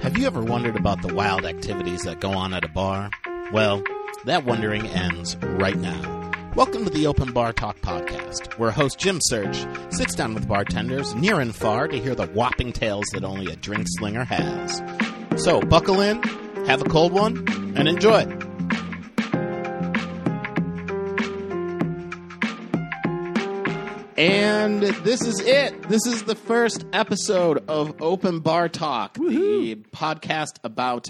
Have you ever wondered about the wild activities that go on at a bar? Well, that wondering ends right now. Welcome to the Open Bar Talk Podcast, where host Jim Search sits down with bartenders near and far to hear the whopping tales that only a drink slinger has. So buckle in, have a cold one, and enjoy. And this is it. This is the first episode of Open Bar Talk, the podcast about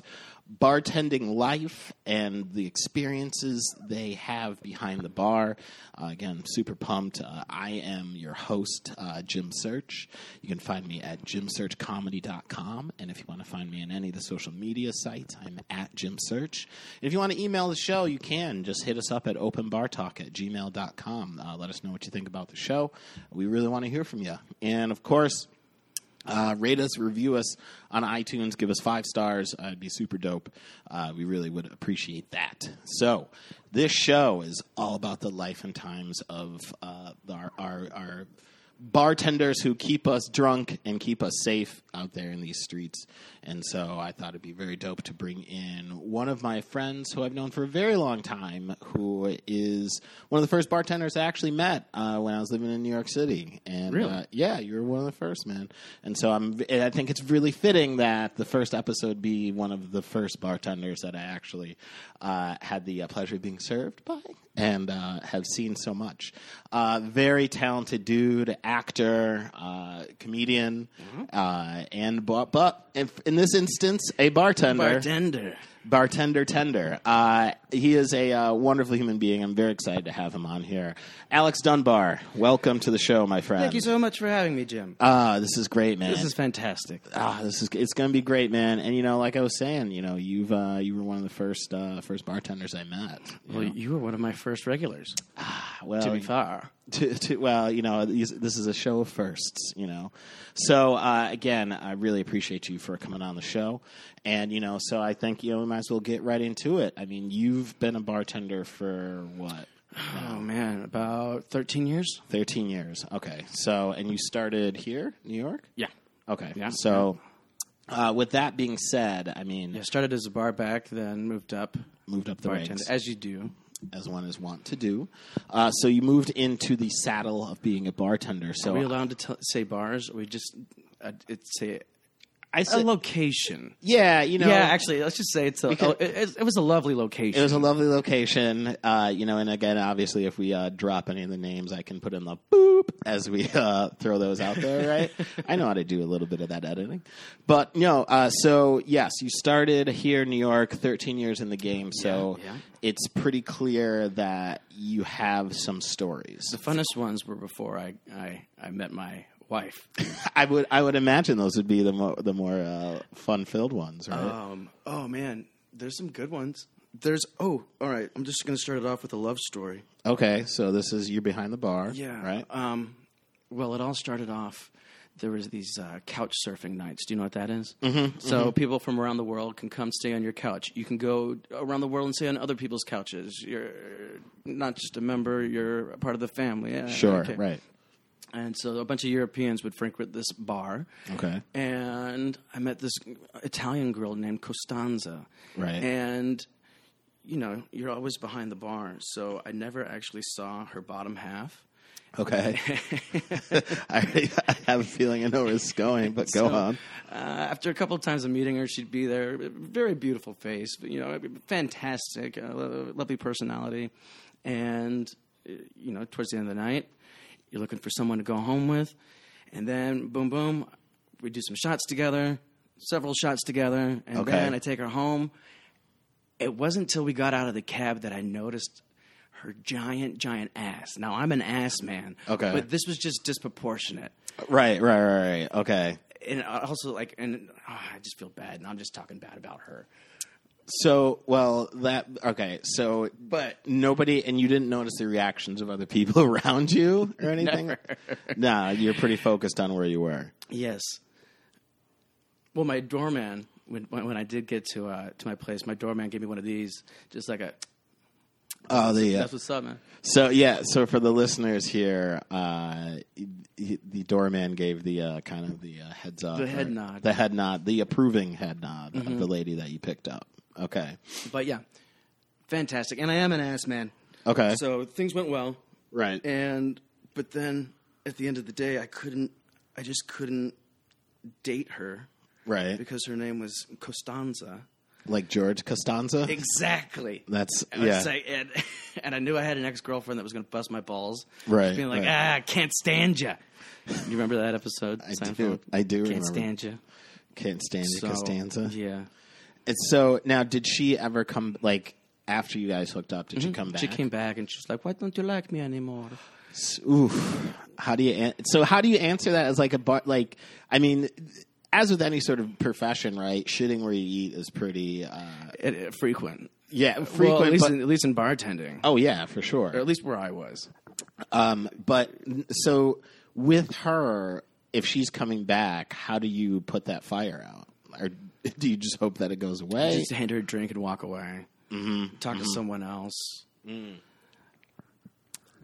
bartending life and the experiences they have behind the bar. Uh, again, super pumped. Uh, I am your host, uh, Jim Search. You can find me at jimsearchcomedy.com. And if you want to find me on any of the social media sites, I'm at Jim Search. If you want to email the show, you can. Just hit us up at openbartalk at gmail.com. Uh, let us know what you think about the show. We really want to hear from you. And of course, uh, rate us, review us on iTunes, give us five stars. Uh, it'd be super dope. Uh, we really would appreciate that. So, this show is all about the life and times of uh, our, our, our bartenders who keep us drunk and keep us safe out there in these streets. And so, I thought it'd be very dope to bring in one of my friends who I've known for a very long time, who is one of the first bartenders I actually met uh, when I was living in New York City. And Really? uh, yeah, you were one of the first, man. And so I'm. and I think it's really fitting that the first episode be one of the first bartenders that I actually uh, had the uh, pleasure of being served by and uh, have seen so much. Uh, very talented dude, actor, uh, comedian, uh, and but, but if, in this instance, a bartender Bartender. bartender tender. Uh, he is a uh, wonderful human being. I'm very excited to have him on here. Alex Dunbar, welcome to the show, my friend. Thank you so much for having me, Jim. Ah, this is great, man. This is fantastic. ah, this is it's going to be great, man. And you know, like I was saying, you know, you've uh, you were one of the first uh, first bartenders I met. Well, you were one of my first regulars, Well, to be fair. to, to, well, you know, these- this is a show of firsts, you know. So uh, again, I really appreciate you for coming on the show, and you know, so I think you know we might as well get right into it. I mean, you've been a bartender for what Oh, man, about 13 years? thirteen years? Okay, so and you started here, New York. Yeah. Okay, Yeah. So uh, with that being said, I mean, I started as a bar back, then moved up. moved up the Bartender, ranks as you do. as one is wont to do. Uh, so you moved into the saddle of being a bartender. So Are we allowed to tell say bars? Or we just, uh, it's a, I a said, location. yeah, you know, yeah, actually, let's just say it's a, Because- oh, it, it- it was a lovely location. It was a lovely location, uh, you know. And again, obviously, if we uh, drop any of the names, I can put in the boop as we uh, throw those out there, right? I know how to do a little bit of that editing, but no. Uh, so yes, you started here in New York, 13 years in the game, so Yeah, yeah. it's pretty clear that you have some stories. the funnest ones were before I, I, I met my wife. I would, I would imagine those would be the more, the more uh, fun-filled ones, right? Uh, Um, oh man, there's some good ones. There's oh, all right. I'm just gonna start it off with a love story. okay, so this is you behind the bar, right? Um, well, it all started off. There was these uh, couch surfing nights. Do you know what that is? Mm-hmm, So people from around the world can come stay on your couch. You can go around the world and stay on other people's couches. You're not just a member; you're a part of the family. Yeah, Sure, okay. right, And so a bunch of Europeans would frequent this bar. okay. And I met this Italian girl named Costanza. Right. And you know, you're always behind the bar, so I never actually saw her bottom half. Okay. I, already- I have a feeling I know where it's going, but go So, on. Uh, after a couple of times of meeting her, she'd be there. Very beautiful face, but, you know, fantastic, uh, lo- lovely personality. And, uh, you know, towards the end of the night, you're looking for someone to go home with. And then, boom, boom, we do some shots together, several shots together. And Okay. then I take her home. It wasn't until we got out of the cab that I noticed her giant, giant ass. Now, I'm an ass man. Okay. But this was just disproportionate Right, right, right, right. Okay. and I also like and ah, I just feel bad, and I'm just talking bad about her. So, well, that, okay. So, but nobody, and you didn't notice the reactions of other people around you or anything? Nah, you're pretty focused on where you were. Yes. Well, my doorman when when when I did get to uh, to my place, my doorman gave me one of these, just like a Oh, the, uh, that's what's up, man. so yeah, so for the listeners here, uh, he, the doorman gave the uh, kind of the uh, heads up, The head or- nod. the head nod, Mm-hmm. the approving head nod of the lady that you picked up. Okay, But yeah, fantastic. And I am an ass man. okay, So things went well. right, and but then at the end of the day, I couldn't. I just couldn't date her right, because her name was Costanza. like George Costanza. Exactly. That's I was yeah, like- and, and I knew I had an ex girlfriend that was going to bust my balls. Right, Being like, right. ah, I can't stand you. You remember that episode? I do. I do Can't remember. stand you. Can't stand you, Costanza. Yeah. And so now, did she ever come? Like after you guys hooked up, did she come back? Mm-hmm. She came back and she's like, why don't you like me anymore? Oof. How do you an- so how do you answer that as like a bar like I mean as with any sort of profession, right? Shitting where you eat is pretty uh It, it- frequent. yeah, Well, at frequent least, but, in, at least in bartending. Oh yeah, for Or sure. at least where I was. Um but so with her if she's coming back, how do you put that fire out? Or do you just hope that it goes away? Just hand her a drink and walk away. Mm-hmm. Talk to someone else.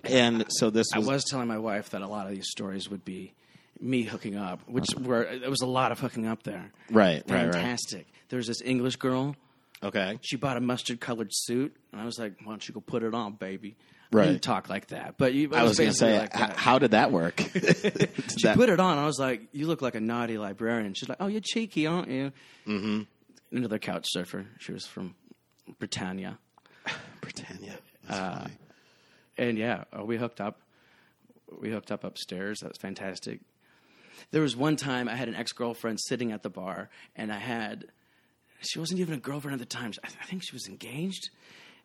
And so this I was, was telling my wife that a lot of these stories would be me hooking up, which were there was a lot of hooking up there. Uh-huh. right, right, right. Fantastic. There was this English girl. Okay. She bought a mustard colored suit, and I was like, "Why don't you go put it on, baby?" I Right. didn't talk like that, but you, I was going to basically say like h- that. how did that work? Did she that- put it on. I was like, "You look like a naughty librarian." She's like, "Oh, you're cheeky, aren't you?" Mm-hmm. Another couch surfer. She was from Britannia. Britannia. That's funny. and yeah, uh, we hooked up. We hooked up upstairs. That was fantastic. There was one time I had an ex girlfriend sitting at the bar, and I had she wasn't even a girlfriend at the time. I, I think she was engaged.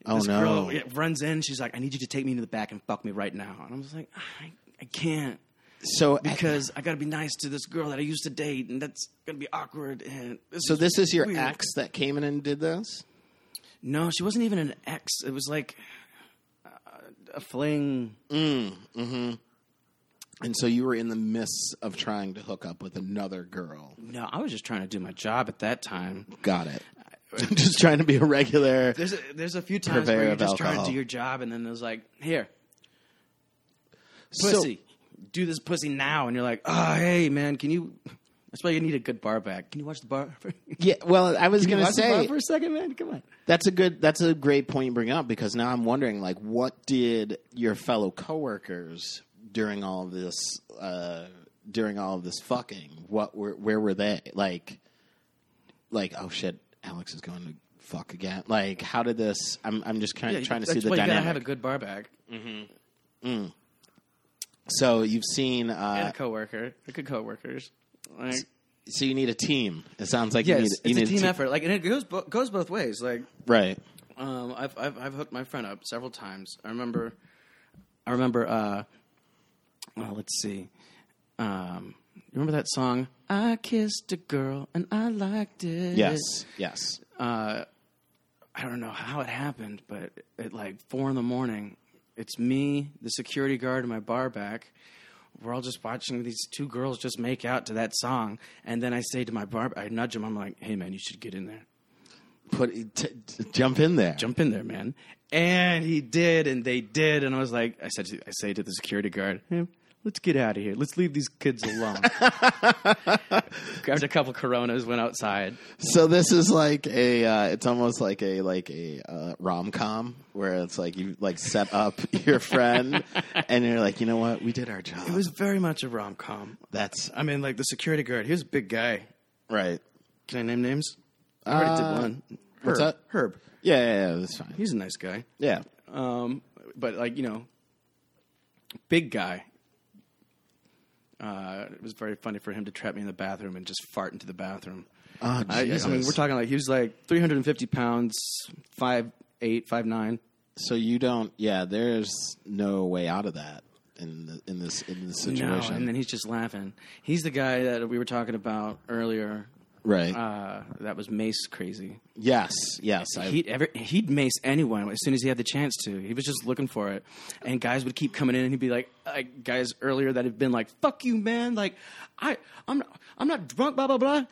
Oh, this no. girl yeah, runs in. She's like, "I need you to take me to the back and fuck me right now." And I was like, "I, I can't." So uh, Because I got to be nice to this girl that I used to date, and that's gonna be awkward. And So this is your weird. ex that came in and did this? No, she wasn't even an ex. It was like uh, a fling. And so you were in the midst of trying to hook up with another girl. No, I was just trying to do my job at that time. Got it. Just trying to be a regular. There's a, there's a few times Purveyor where you're of just trying to alcohol. do your job, and then there's like, here, So- pussy, do this pussy now, and you're like, oh, hey, man, can you? That's why you need a good bar back. Can you watch the bar? For, can yeah, well, I was you going to watch the bar say for a second, man. Come on. that's a good that's a great point you bring up because now I'm wondering like what did your fellow coworkers during all of this uh during all of this fucking what were where were they? Like like oh shit, Alex is going to fuck again. Like how did this I'm I'm just kind of trying to see that's the why dynamic. You gotta have a good bar back. So you've seen. And Uh, a coworker, good coworkers. Like, So you need a team. It sounds like you yes, need, it's you a need team effort. Like, and it goes bo- goes both ways. Like, Right. Um, I've, I've I've hooked my friend up several times. I remember, I remember. Uh, well, let's see. Um, you remember that song? I kissed a girl and I liked it. Yes. Yes. I don't know how it happened, but at like four in the morning, it's me, the security guard, and my bar back. We're all just watching these two girls just make out to that song, and then I say to my bar, I nudge him. I'm like, "Hey, man, you should get in there." Put t- t- jump in there. jump in there, man. And he did, and they did, and I was like, I said, to, I say to the security guard, hey, let's get out of here. Let's leave these kids alone. Grabbed a couple Coronas, went outside. So this is like a. Uh, it's almost like a like a uh, rom com where it's like you like set up your friend and you're like, you know what, we did our job. It was very much a rom com. That's I mean, like the security guard, he was a big guy. right. Can I name names? I already Uh, did one. Herb. what's that? Herb. Yeah, yeah, yeah that's fine. He's a nice guy. Yeah. Um, but like you know, big guy. Uh, it was very funny for him to trap me in the bathroom and just fart into the bathroom. Oh, I, I mean, Jesus. we're talking like he was like 350 pounds, five eight, five nine. So you don't. Yeah, there's no way out of that in the, in this in this situation. and then he's just laughing. He's the guy that we were talking about earlier. right. Uh, that was Mace crazy. yes. Yes. I, He'd ever he'd mace anyone as soon as he had the chance to. He was just looking for it, and guys would keep coming in, and he'd be like, like guys earlier that had been like, "Fuck you, man!" Like, I I'm not, I'm not drunk, blah blah blah.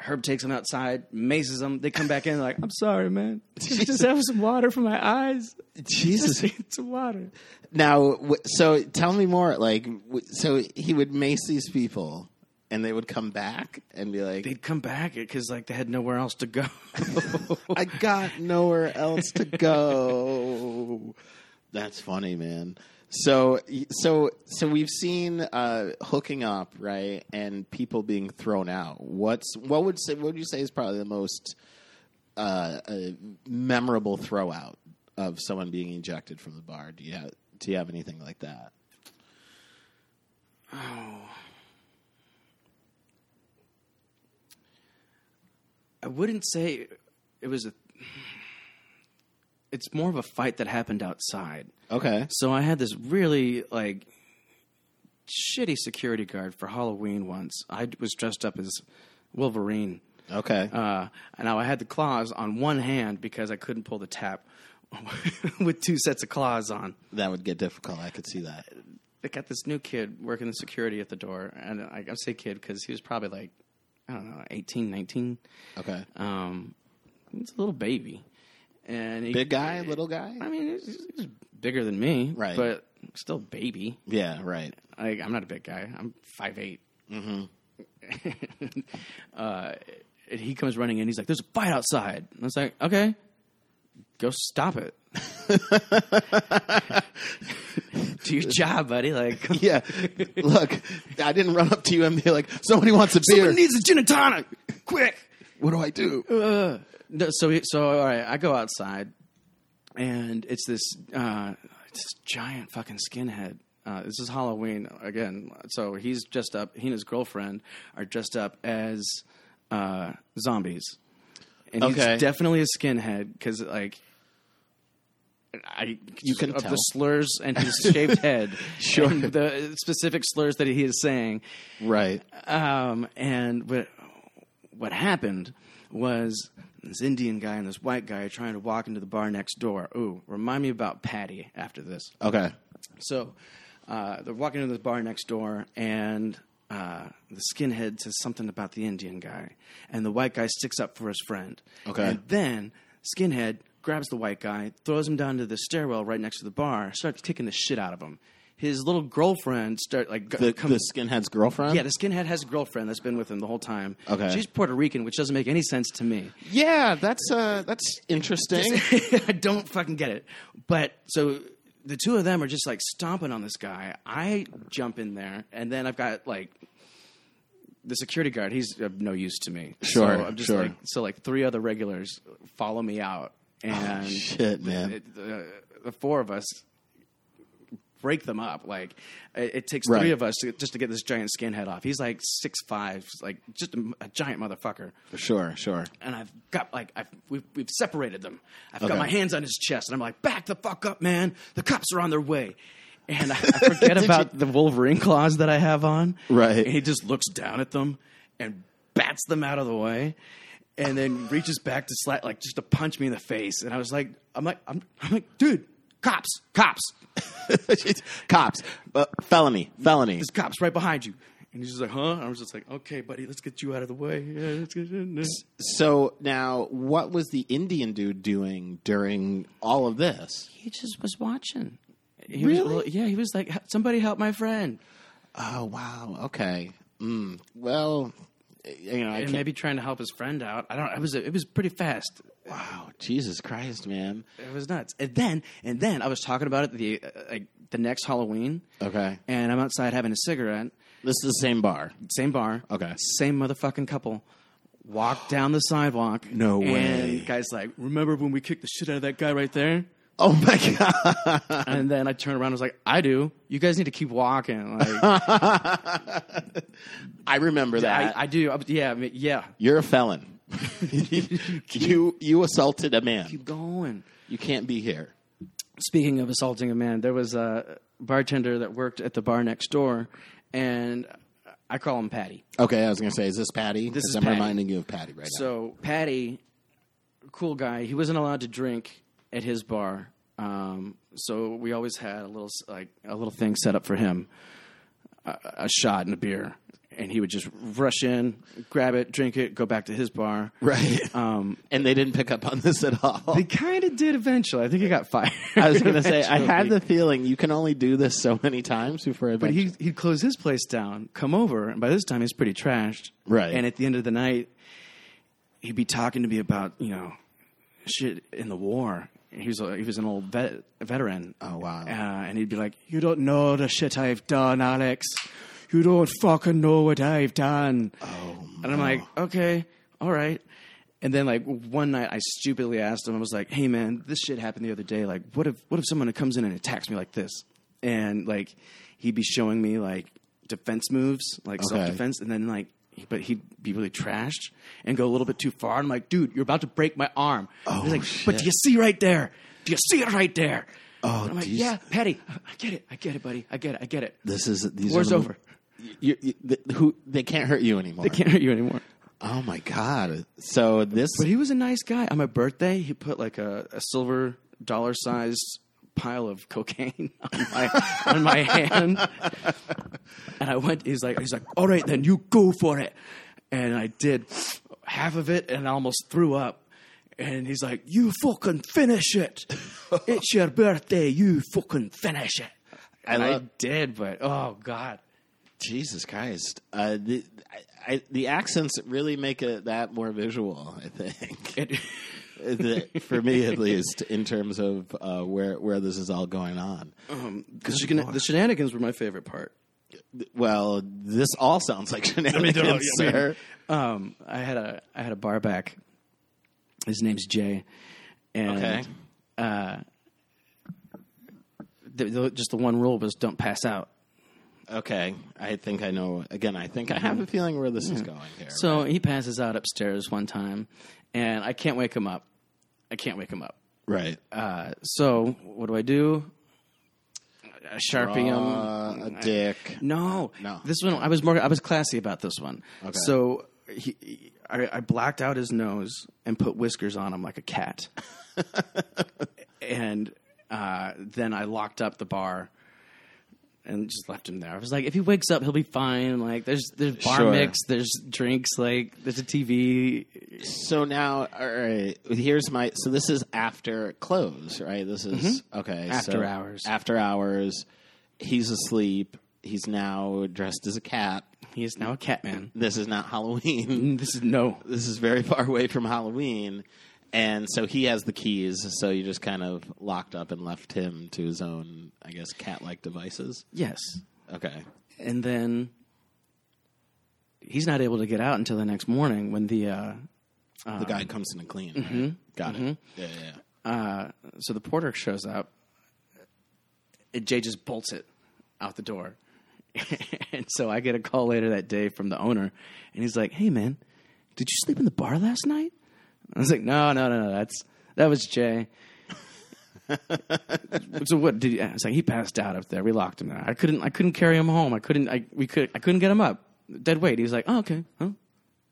Herb takes them outside, maces them. They come back in, like, I'm sorry, man. Just have some water for my eyes. Jesus. Just need some water. Now, w- so tell me more. Like, w- so he would mace these people, and they would come back and be like, They'd come back because like they had nowhere else to go. "I got nowhere else to go." That's funny, man. So, so, so we've seen uh, hooking up, right, and people being thrown out. What's what would say? What would you say is probably the most uh, uh, memorable throw out of someone being ejected from the bar? Do you have, do you have anything like that? I wouldn't say it was a. It's more of a fight that happened outside. Okay. So I had this really like shitty security guard for Halloween once. I was dressed up as Wolverine. Okay. Uh, and now I had the claws on one hand because I couldn't pull the tap with two sets of claws on. that would get difficult. I could see that. They got this new kid working the security at the door. And I, I say kid because he was probably like, I don't know, 18, 19. Okay. Um, he's a little baby. And he, Big guy, little guy? I mean, he's, he's bigger than me. Right. But still baby. Yeah, right. Like, I'm not a big guy. I'm five Mm-hmm. uh, and he comes running in. He's like, "There's a fight outside." And I was like, "Okay, go stop it. Do your job, buddy. Like, Yeah. Look, I didn't run up to you and be like, somebody wants a beer. someone needs a gin and tonic, quick." what do I do? Ugh. No, so he- so all right, I go outside, and it's this uh, it's this giant fucking skinhead. Uh, this is Halloween again. So he's dressed up. He and his girlfriend are dressed up as uh, zombies, and Okay. he's definitely a skinhead because like. I You can of tell. the slurs and his shaved head, Sure. and the specific slurs that he is saying, Right. um, and what what happened was this Indian guy and this white guy are trying to walk into the bar next door. Ooh, remind me about Patty after this. Okay. So uh, they're walking into the bar next door, and uh, the skinhead says something about the Indian guy, and the white guy sticks up for his friend. Okay. And then skinhead grabs the white guy, throws him down to the stairwell right next to the bar, starts kicking the shit out of him. His little girlfriend start like The, the skinhead's girlfriend? yeah, the skinhead has a girlfriend that's been with him the whole time. Okay. She's Puerto Rican, which doesn't make any sense to me. Yeah, that's uh, that's interesting. I don't fucking get it. But so the two of them are just like stomping on this guy. I jump in there, and then I've got like the security guard. He's of no use to me. Sure, So I'm just sure. like so like three other regulars follow me out, Oh, and shit, man. it- the, the four of us. Break them up. Like it, it takes Right. three of us to, just to get this giant skinhead off. He's like six five, like just a, a giant motherfucker sure, sure. and I've got like I've we've, we've separated them. I've Okay. got my hands on his chest, and I'm like, "Back the fuck up, man! The cops are on their way." And I, I forget about the Wolverine claws that I have on. Right. and he just looks down at them and bats them out of the way, and then reaches back to slap like just to punch me in the face. And I was like, "I'm like, I'm, I'm like, dude, cops, cops, Cops. Uh, felony. Felony. there's cops right behind you." And he's just like, "Huh?" I was just like, "Okay, buddy, let's get you out of the way." Yeah, let's get you in there." So now, what was the Indian dude doing during all of this? He just was watching. He Really? Was, well, yeah, he was like, "H- somebody help my friend. Oh, wow. Okay. Mm. Well, you know, I And can't. maybe trying to help his friend out. I don't. It was it was pretty fast. Wow. Jesus Christ, man. It was nuts. And then and then I was talking about it the uh, like the next Halloween. Okay. And I'm outside having a cigarette. This is the same bar. Same bar. Okay. Same motherfucking couple. Walk down the sidewalk. No way. And guys like, remember when we kicked the shit out of that guy right there? Oh my god! and then I turned around. and was like, I do. You guys need to keep walking. Like, I remember I, that. I do. I- yeah. I mean, Yeah. You're a felon. you you assaulted a man. Keep going. You can't be here. speaking of assaulting a man, there was a bartender that worked at the bar next door, and I call him Patty. Okay, I was gonna say, is this Patty? is I'm Patty. reminding you of Patty right So Patty, cool guy, he wasn't allowed to drink at his bar, um, so we always had a little s- like a little thing set up for him, a, a shot and a beer. and he would just rush in, grab it, drink it, go back to his bar. Right. Um, and they didn't pick up on this at all. They kind of did eventually. I think he got fired. I was going to say, I had eventually. the feeling you can only do this so many times before But eventually. he, he'd close his place down, come over, and by this time he's pretty trashed. Right. And at the end of the night, he'd be talking to me about, you know, shit in the war. And He was, a, he was an old vet, veteran. Oh, wow. Uh, and he'd be like, You don't know the shit I've done, Alex. You don't fucking know what I've done. Oh, and I'm like, Okay, all right. And then, like one night, I stupidly asked him. I was like, "Hey, man, this shit happened the other day. Like, what if what if someone comes in and attacks me like this?" And like, he'd be showing me like defense moves, like Okay. self defense, and then like, he- but he'd be really trashed and go a little bit too far. And I'm like, "Dude, you're about to break my arm." Oh, He's like, "But do you see right there? Do you see it right there?" Oh, I'm like, geez. "Yeah, Patty, I get it, I get it, buddy, I get it, I get it." this is these War's are the- over. You, you, the, who they can't hurt you anymore. I can't hurt you anymore. Oh my god! So this But he was a nice guy. On my birthday, he put like a, a silver dollar sized pile of cocaine on my on my hand. And I went he's like he's like, All right then you go for it. And I did half of it and I almost threw up. And he's like, You fucking finish it. It's your birthday, you fucking finish it. And I, love- did, but oh God. Jesus Christ! Uh, the I, I, the accents really make it that more visual. I think It, The- for me, at least, in terms of uh, where where this is all going on. The, shegan- the shenanigans were my favorite part. Well, this all sounds like shenanigans, I mean, sir. um, I had a I had a bar back. His name's Jay, and Okay. the, the, just the one rule was don't pass out. Okay, I think I know. Again, I think I have a feeling where this is going here. So he passes out upstairs one time, and I can't wake him up. I can't wake him up. right, Uh, so what do I do? I sharpie him. uh, a dick. No, No. This one, I was more, I was classy about this one. Okay. So he, he- I, I blacked out his nose and put whiskers on him like a cat, and uh, then I locked up the bar. And just left him there. I was like, if he wakes up, he'll be fine. Like, there's there's bar Sure. mix, there's drinks, like there's a TV. So now, all right. Here's my. So this is after close, right? This is okay. After so hours. Mm-hmm. After hours, he's asleep. He's now dressed as a cat. He is now a cat man. Mm, This is not Halloween. This is no. this is very far away from Halloween, and so he has the keys. So you just kind of locked up and left him to his own, I guess, cat-like devices. Yes. Okay. and then he's not able to get out until the next morning when the uh, the guy comes in and clean. right? Got it. Yeah, yeah, yeah. so the porter shows up and jay just bolts it out the door and so i get a call later that day from the owner and he's like hey man did you sleep in the bar last night i was like no no no no that's that was jay so what did he, I was like he passed out up there we locked him there i couldn't i couldn't carry him home i couldn't i we could i couldn't get him up dead weight he was like oh okay huh?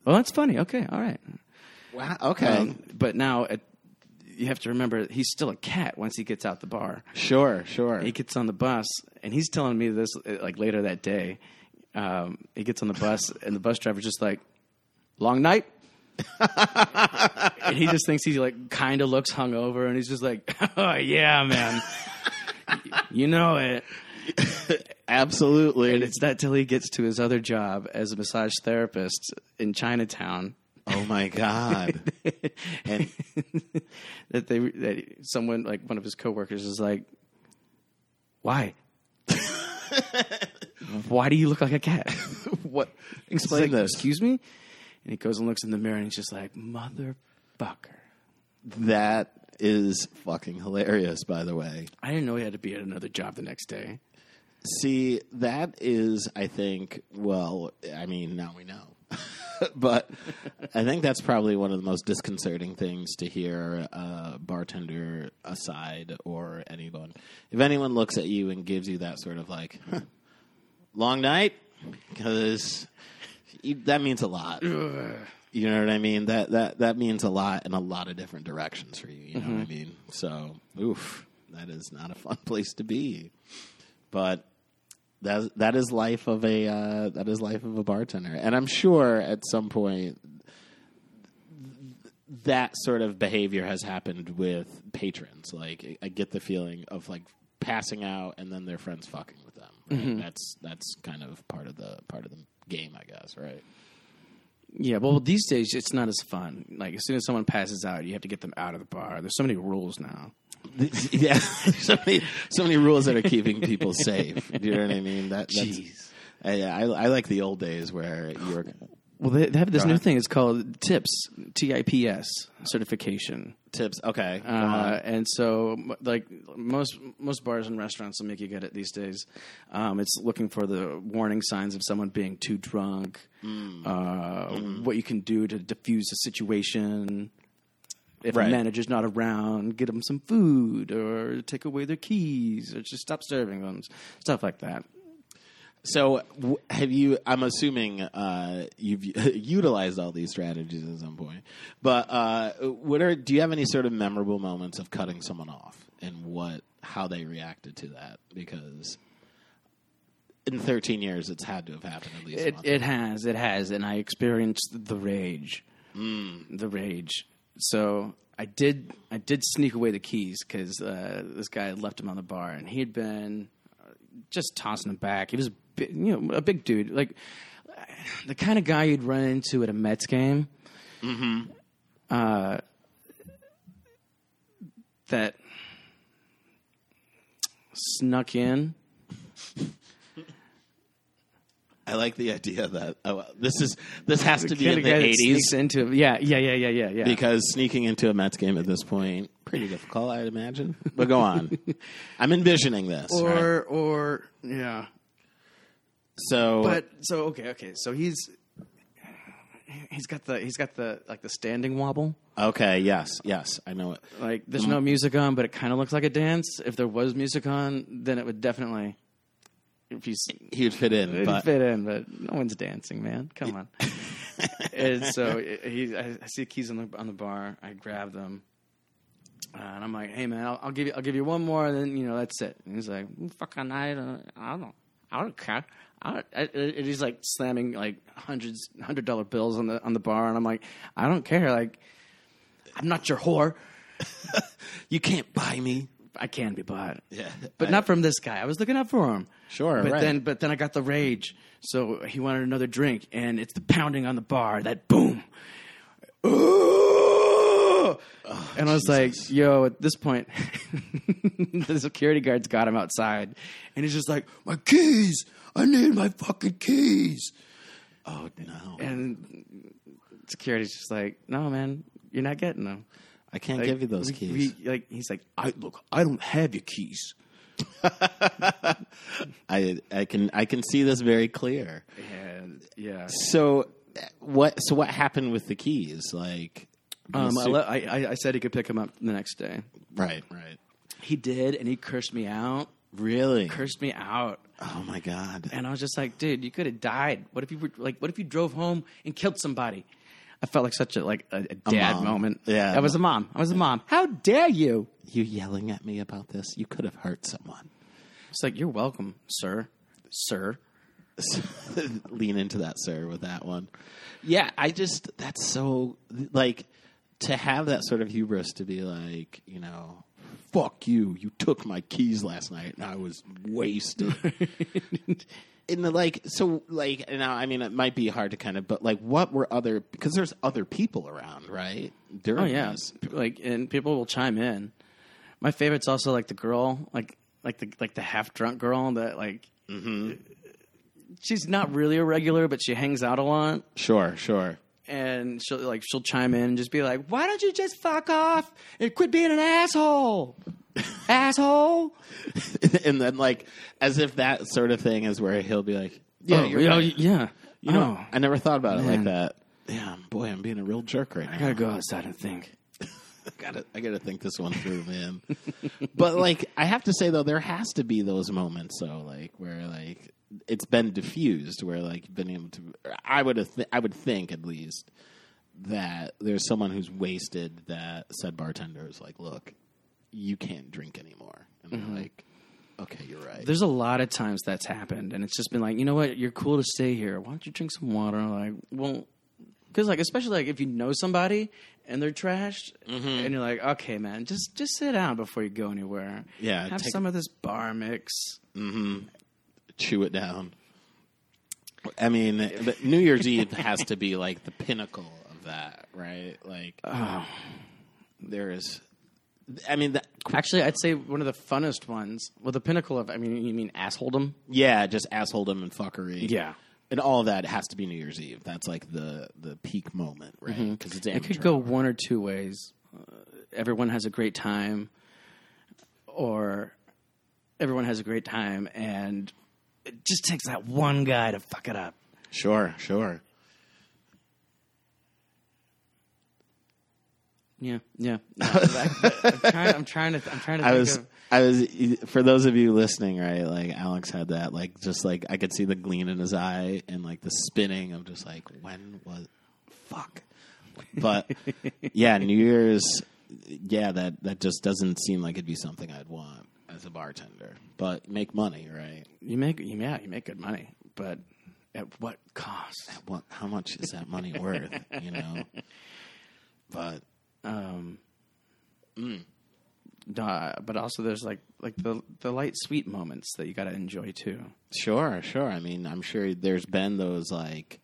well that's funny okay all right Wow. Okay. um, but now at, you have to remember he's still a cat once he gets out the bar. sure. Sure. He gets on the bus and he's telling me this uh, like later that day. Um, he gets on the bus and the bus driver's just like, "Long night." and he just thinks he like kind of looks hungover and he's just like, "Oh yeah, man, you know it." Absolutely. And it's not till he gets to his other job as a massage therapist in Chinatown oh my god. and that they that someone like one of his coworkers is like, why? why do you look like a cat? What? It's Explain like, this. Excuse me. And he goes and looks in the mirror and he's just like, motherfucker. That is fucking hilarious, by the way. I didn't know he had to be at another job the next day. See, that is, I think, well, I mean, now we know. but I think that's probably one of the most disconcerting things to hear a bartender aside or anyone. If anyone looks at you and gives you that sort of like, "Huh, long night, because that means a lot. You know what I mean? That that that means a lot in a lot of different directions for you. You know what I mean? So, oof, that is not a fun place to be. But That that is life of a uh, that is life of a bartender, and I'm sure at some point th- that sort of behavior has happened with patrons. Like I get the feeling of like passing out and then their friends fucking with them. right? That's that's kind of part of the part of the game, I guess. Right? Yeah, well, these days it's not as fun. Like as soon as someone passes out, you have to get them out of the bar. There's so many rules now. yeah. so many so many rules that are keeping people safe. Do you know what I mean? That, that's, Jeez. I, I, I like the old days where you were Well, they, they have this Go new ahead. thing. It's called TIPS, T I P S certification. tips. Okay. go on. Uh, and so, m- like most most bars and restaurants will make you get it these days. Um, it's looking for the warning signs of someone being too drunk, uh, what you can do to diffuse the situation. If Right. a manager's not around, get them some food or take away their keys or just stop serving them, stuff like that. So w- have you? I'm assuming uh, you've utilized all these strategies at some point. But uh, what are? Do you have any sort of memorable moments of cutting someone off and what how they reacted to that? Because in 13 years, it's had to have happened at least. It, once. it has, it has, and I experienced the rage, Mm. the rage. So I did, I did sneak away the keys because uh, this guy had left them on the bar, and he had been uh, just tossing them back. He was, a bi- you know, a big dude, like the kind of guy you'd run into at a Mets game. Mm-hmm. Uh, that snuck in. I like the idea that oh, well, this is this has to be Kinda in the guy that sneaks 80s. into yeah, yeah, yeah, yeah, yeah, yeah. Because sneaking into a Mets game at this point, pretty difficult, I'd imagine. But go on. I'm envisioning this. right? Or or yeah. So, But so okay, okay. So he's he's got the he's got the like the standing wobble. okay, yes, yes, I know it. Like there's no music on, but it kind of looks like a dance. If there was music on, then it would definitely if he's he would fit in. it'd But fit in. But no one's dancing, man. Come on. and so he, I I see keys on the on the bar. I grab them. Uh, and I'm like, hey man, I'll, I'll give you, I'll give you one more, and then you know that's it. And he's like, fucking, I don't, I don't, I don't care. I don't, I- I- and he's like slamming like hundreds, hundred dollar bills on the on the bar, and I'm like, I don't care. Like, I'm not your whore. you can't buy me. I can be bought, Yeah, but I- not from this guy. I was looking out for him. Sure, but right. then, but then I got the rage. So he wanted another drink, and it's the pounding on the bar. That boom. Ooh! and I was like, yo, at this point, the security guard's got him outside. And he's just like, my keys. I need my fucking keys. Oh no, And security's just like, no, man, you're not getting them. I can't Like, give you those we- keys. we- like, he's like, I look, I don't have your keys. I I can I can see this very clear. And yeah. So what? So what happened with the keys? Like, Um, you I, su- le- I, I- I said he could pick him up the next day. right, right. He did, and he cursed me out. Really? Cursed me out, Oh my god. and I was just like, "Dude, you could have died. What if you were like, what if you drove home and killed somebody?" I felt like such a like a, a dad mom. moment. Yeah. I was a mom. I was a mom. How dare you? you yelling at me about this? You could have hurt someone. It's like you're welcome, sir, sir. lean into that sir with that one yeah i just that's so like to have that sort of hubris to be like you know fuck you you took my keys last night and i was wasted in the like so like and now i mean it might be hard to kind of but like what were other because there's other people around right during Oh yeah, this P- like and people will chime in. My favorite's also like the girl, like like the like the half drunk girl that like. Mm-hmm. She's not really a regular, but she hangs out a lot, sure sure and she'll like she'll chime in and just be like, "Why don't you just fuck off and quit being an asshole, asshole?" and then like as if that sort of thing is where he'll be like yeah Oh, you're yeah, right. yeah. You know, Oh, I never thought about it like man. that. Damn, boy, I'm being a real jerk right I gotta now. go outside and think. I gotta, I gotta think this one through, man. but like, I have to say though, there has to be those moments though, like where like it's been diffused, where like you've been able to. I would, have th- I would think at least that there's someone who's wasted that said bartender is like, look, you can't drink anymore, and they're like, Okay, you're right. There's a lot of times that's happened, and it's just been like, you know what, you're cool to stay here. Why don't you drink some water? I'm like, well, because like especially like if you know somebody and they're trashed, Mm-hmm. and you're like, okay, man, just just sit down before you go anywhere. Yeah, have take- some of this bar mix. Chew it down. I mean, but New Year's Eve has to be like the pinnacle of that, right? Like, there is. I mean, that, Actually, I'd say one of the funnest ones. Well, the pinnacle of I mean, you mean assholedom? yeah, just assholedom and fuckery. Yeah. and all of that has to be New Year's Eve. That's like the the peak moment, right? Because it's Mm-hmm. It amateur. could go one or two ways. Uh, everyone has a great time, or everyone has a great time, and it just takes that one guy to fuck it up. Sure, sure. Yeah, yeah. No, I, am trying, I'm trying to. I'm trying to. I think was, of- I was. For those of you listening, right? Like Alex had that, like just like I could see the gleam in his eye and like the spinning of just like when was, fuck. But yeah, New Year's, yeah, that that just doesn't seem like it'd be something I'd want as a bartender. But make money, right? you make. You, yeah, you make good money, but at what cost? What? How much is that money worth? You know. But Duh, uh, but also, there's like like the the light sweet moments that you got to enjoy too. Sure, sure. I mean, I'm sure there's been those like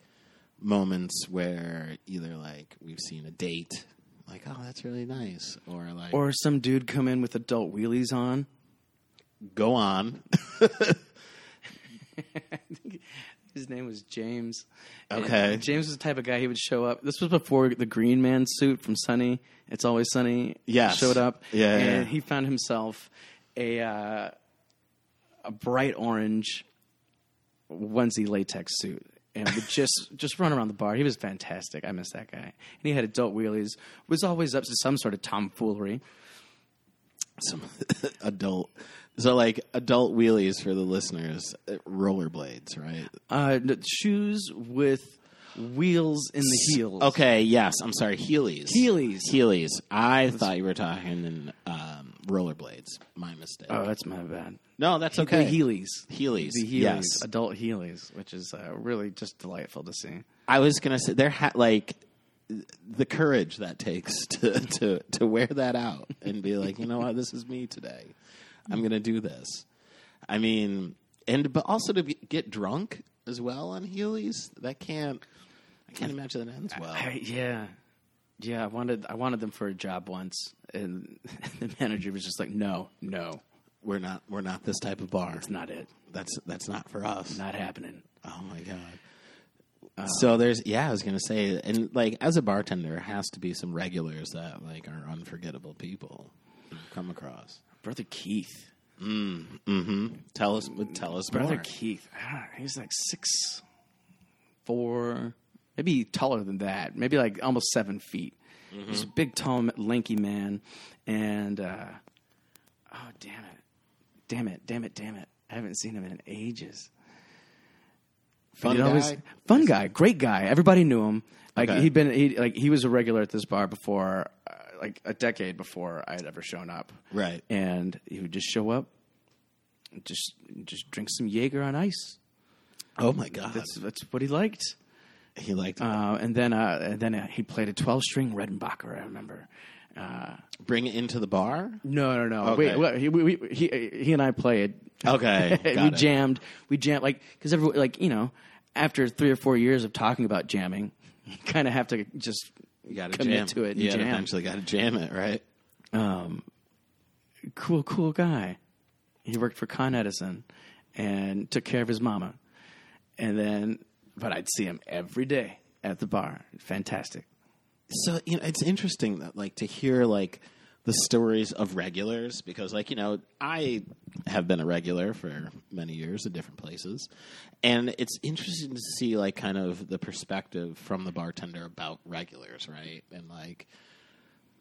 moments where either like we've seen a date, like oh that's really nice, or like Or some dude come in with adult wheelies on. go on. His name was James. Okay. And James was the type of guy he would show up. This was before the Green Man suit from Sunny. It's always Sunny. Yes. Showed up. Yeah, yeah, And yeah. he found himself a uh, a bright orange onesie latex suit and would just just run around the bar. He was fantastic. I miss that guy. And he had adult wheelies. Was always up to some sort of tomfoolery. Some adult, so like adult wheelies for the listeners, uh, rollerblades, right? Uh, n- shoes with wheels in the heels. Okay, yes. I'm sorry, heelys, Heelys. heelys. I thought you were talking in um, rollerblades. My mistake. Oh, that's my bad. no, that's okay. The Heelys. Heelys, The Heelys. yes. Adult Heelys, which is uh, really just delightful to see. I was gonna say there had like the courage that takes to to to wear that out and be like, you know what, this is me today. I'm gonna do this. I mean, and but also to be, get drunk as well on Heelys. That can't. I can't imagine that ends well. I, yeah. Yeah, I wanted I wanted them for a job once, and the manager was just like, "No, no, We're not. We're not this type of bar. it's not it, That's that's not for us. not happening." Oh my god. so there's yeah, I was gonna say, and like as a bartender, there has to be some regulars that like are unforgettable people you come across. Brother Keith, Tell us, tell us Brother more. Keith, I don't know, he's like six, four, maybe taller than that, maybe like almost seven feet. He's a big, tall, lanky man, and uh, oh damn it, damn it, damn it, damn it! I haven't seen him in ages. Fun He'd guy. always- fun guy, great guy. Everybody knew him. Like Okay. he'd been, he, like he was a regular at this bar before, uh, like a decade before I had ever shown up. Right. and he would just show up, and just just drink some Jaeger on ice. oh my god, That's that's what he liked. he liked Uh, and then uh, and then uh, he played a twelve string Redenbacher. I remember. Uh, bring it into the bar. no, no, no. Okay. Wait, what- he, we, we, he, he and I played. Okay, we got it. jammed. We jammed like because everyone like you know after three or four years of talking about jamming, you kind of have to just You got to commit jam to it. And You gotta jam. eventually got to jam it, right? cool, cool guy. He worked for Con Edison and took care of his mama. And then, but I'd see him every day at the bar. Fantastic. so you know it's interesting that like to hear like the stories of regulars because like you know i have been a regular for many years at different places and it's interesting to see like kind of the perspective from the bartender about regulars right and like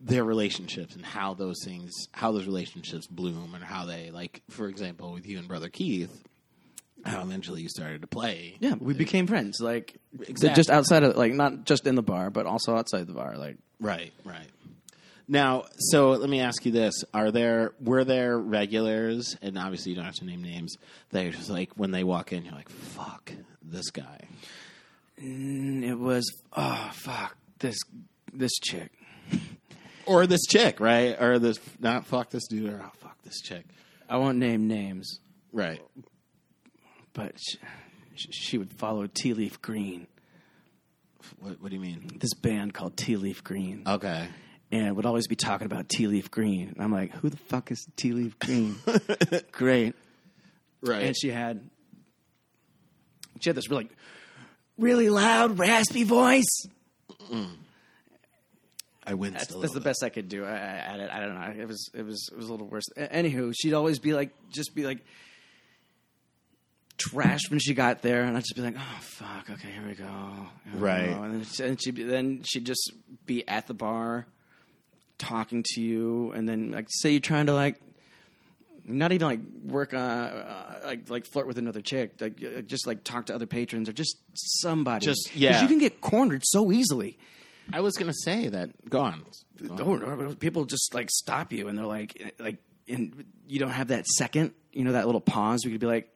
their relationships and how those things how those relationships bloom and how they like for example with you and brother keith how eventually you started to play Yeah, we became friends. Like, Exactly. just outside of, like, not just in the bar, but also outside the bar. Like, Right, right. Now, so let me ask you this: Are there were there regulars, and obviously you don't have to name names. They just like when they walk in, you're like, "Fuck this guy." And it was oh fuck this this chick. or this chick, right? Or this not fuck this dude or oh, fuck this chick, I won't name names, right? but she, she would follow Tea Leaf Green, What, what do you mean? this band called Tea Leaf Green, Okay, and would always be talking about Tea Leaf Green. And I'm like, who the fuck is Tea Leaf Green? Great. right. and she had she had this really really loud raspy voice I winced a little. that's the best i could do i i, I don't know it was it was it was a little worse A- anywho she'd always be like just be like trashed when she got there and i'd just be like oh fuck okay here we go Here we Right. go. and then she, and she'd be, then she'd just be at the bar talking to you and then like say you're trying to like not even like work uh, uh like like flirt with another chick like uh, just like talk to other patrons or just somebody Just- 'Cause yeah. you can get cornered so easily Bit. I was gonna say that. Go on. Go on. oh, no, no, people just like stop you and they're like eh, like and you don't have that second you know that little pause we could be like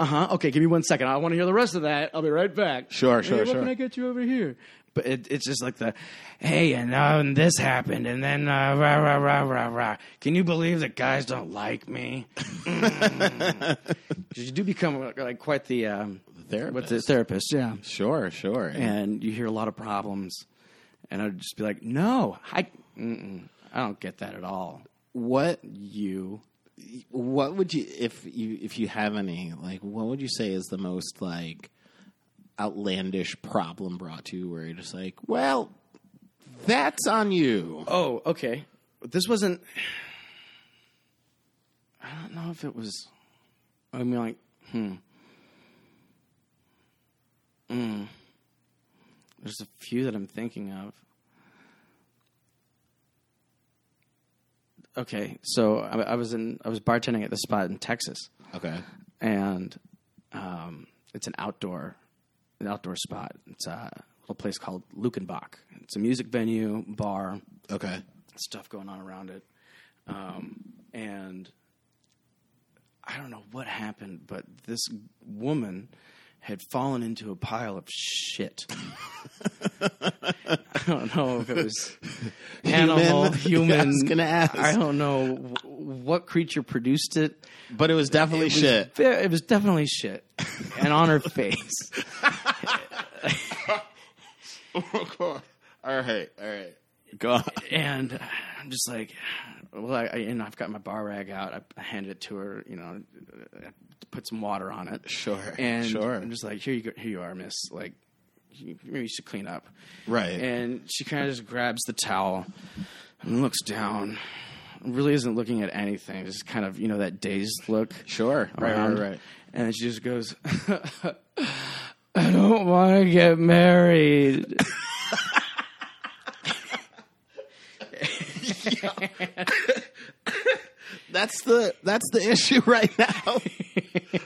uh-huh okay give me one second i want to hear the rest of that i'll be right back Sure, Hey, sure, what sure. can i get you over here but it, it's just like the hey and, uh, and this happened and then uh, rah rah rah rah rah can you believe that guys don't like me 'Cause you do become like, like quite the um, therapist. what's it, therapist yeah Sure, sure. and you hear a lot of problems, and I'd just be like, "No, I, mm-mm, I don't get that at all." what You, what would you if you if you have any like what would you say is the most like outlandish problem brought to you where you're just like, well, that's on you. oh, okay. This wasn't. I don't know if it was. I mean, like, hmm. Mm. Hmm. There's a few that I'm thinking of. Okay, so I, I was in I was bartending at the spot in Texas. Okay. and um, it's an outdoor an outdoor spot. It's a little place called Lukenbach. It's a music venue, bar, Okay. stuff going on around it, um, and I don't know what happened, but this woman had fallen into a pile of shit. I don't know if it was animal, human. I was gonna ask. I don't know wh- what creature produced it. But it was definitely shit. Fair- It was definitely shit, and on her face. all right, all right. Go on. And I'm just like, well, I, I and I've got my bar rag out. I- I handed it to her. You know, I put some water on it. Sure, And sure. I'm just like, here you go, here you are, miss. Like, you- maybe you should clean up. Right. And she kind of just grabs the towel and looks down. Really isn't looking at anything. Just kind of you know that dazed look. Sure. Right, around. right, right. And she just goes, I don't want to get married. That's the that's the issue right now.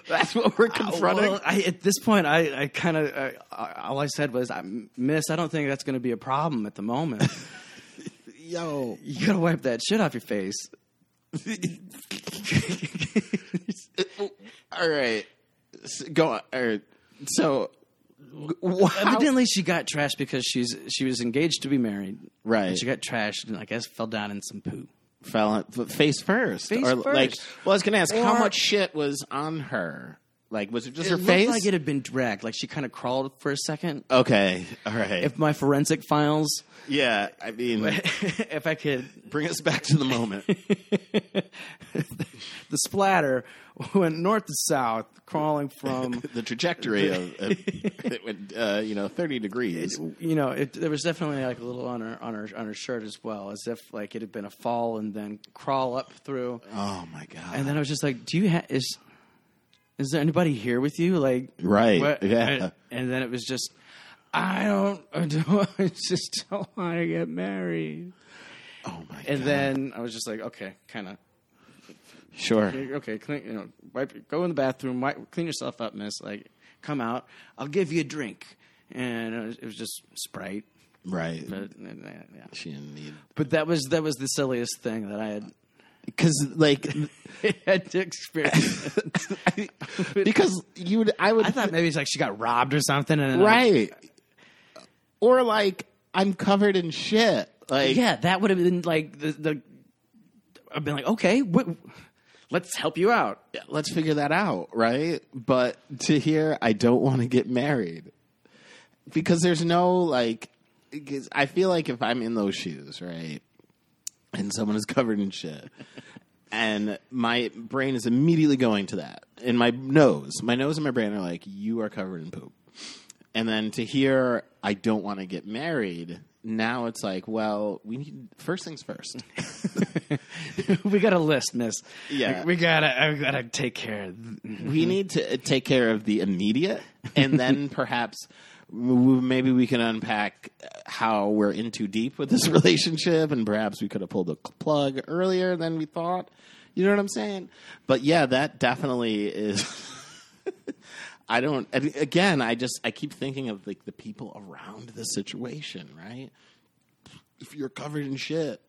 that's what we're confronting. Oh, Well, I, at this point, I, I kind of I, I- all I said was, "I- "Miss, I don't think that's going to be a problem at the moment. Yo, you got to wipe that shit off your face." all right, S- go on. All right. So, w- wow. Evidently, she got trashed because she's she was engaged to be married, Right. And she got trashed, and I guess fell down in some poo. fell on- f- face first, Face or like. first. Well, I was gonna ask, how Or- much shit was on her? Like, was it just it her looked face? like it had been dragged, like she kind of crawled for a second. okay, all right. If my forensic files, yeah, I mean, if I could bring us back to the moment. the splatter went north to south, crawling from the trajectory of, of it would, uh, you know, thirty degrees. you know it, there was definitely like a little on her on her on her shirt as well, as if like it had been a fall and then crawl up through. Oh my god! And then I was just like, "Do you ha- is is there anybody here with you?" Like Right, what- yeah. And, and then it was just, I don't, I don't, I just don't want to get married. oh my And god! then I was just like, okay, kind of sure. okay, clean, you know, wipe, go in the bathroom, wipe, clean yourself up, miss. Like, come out. I'll give you a drink. And it was, it was just Sprite. Right. But, yeah. She didn't need but that was that was the silliest thing that I had because like had to experience. because you would I would I thought maybe it's like she got robbed or something, and then I- right or like I'm covered in shit like yeah, that would have been like the. the I've been like, okay, wh- let's help you out. let's figure that out, right? But to hear, I don't want to get married because there's no like, because I feel like if I'm in those shoes, right, and someone is covered in shit, and my brain is immediately going to that, and my nose, my nose and my brain are like, you are covered in poop. And then to hear, I don't want to get married. Now it's like, well, we need first things first. we got a list, Miss. Yeah. we gotta. I gotta take care. of th- we need to uh, take care of the immediate and then perhaps w- maybe we can unpack uh, how we're in too deep with this relationship and perhaps we could have pulled the cl- plug earlier than we thought you know what i'm saying but yeah that definitely is i don't and again i just i keep thinking of like the people around the situation right if you're covered in shit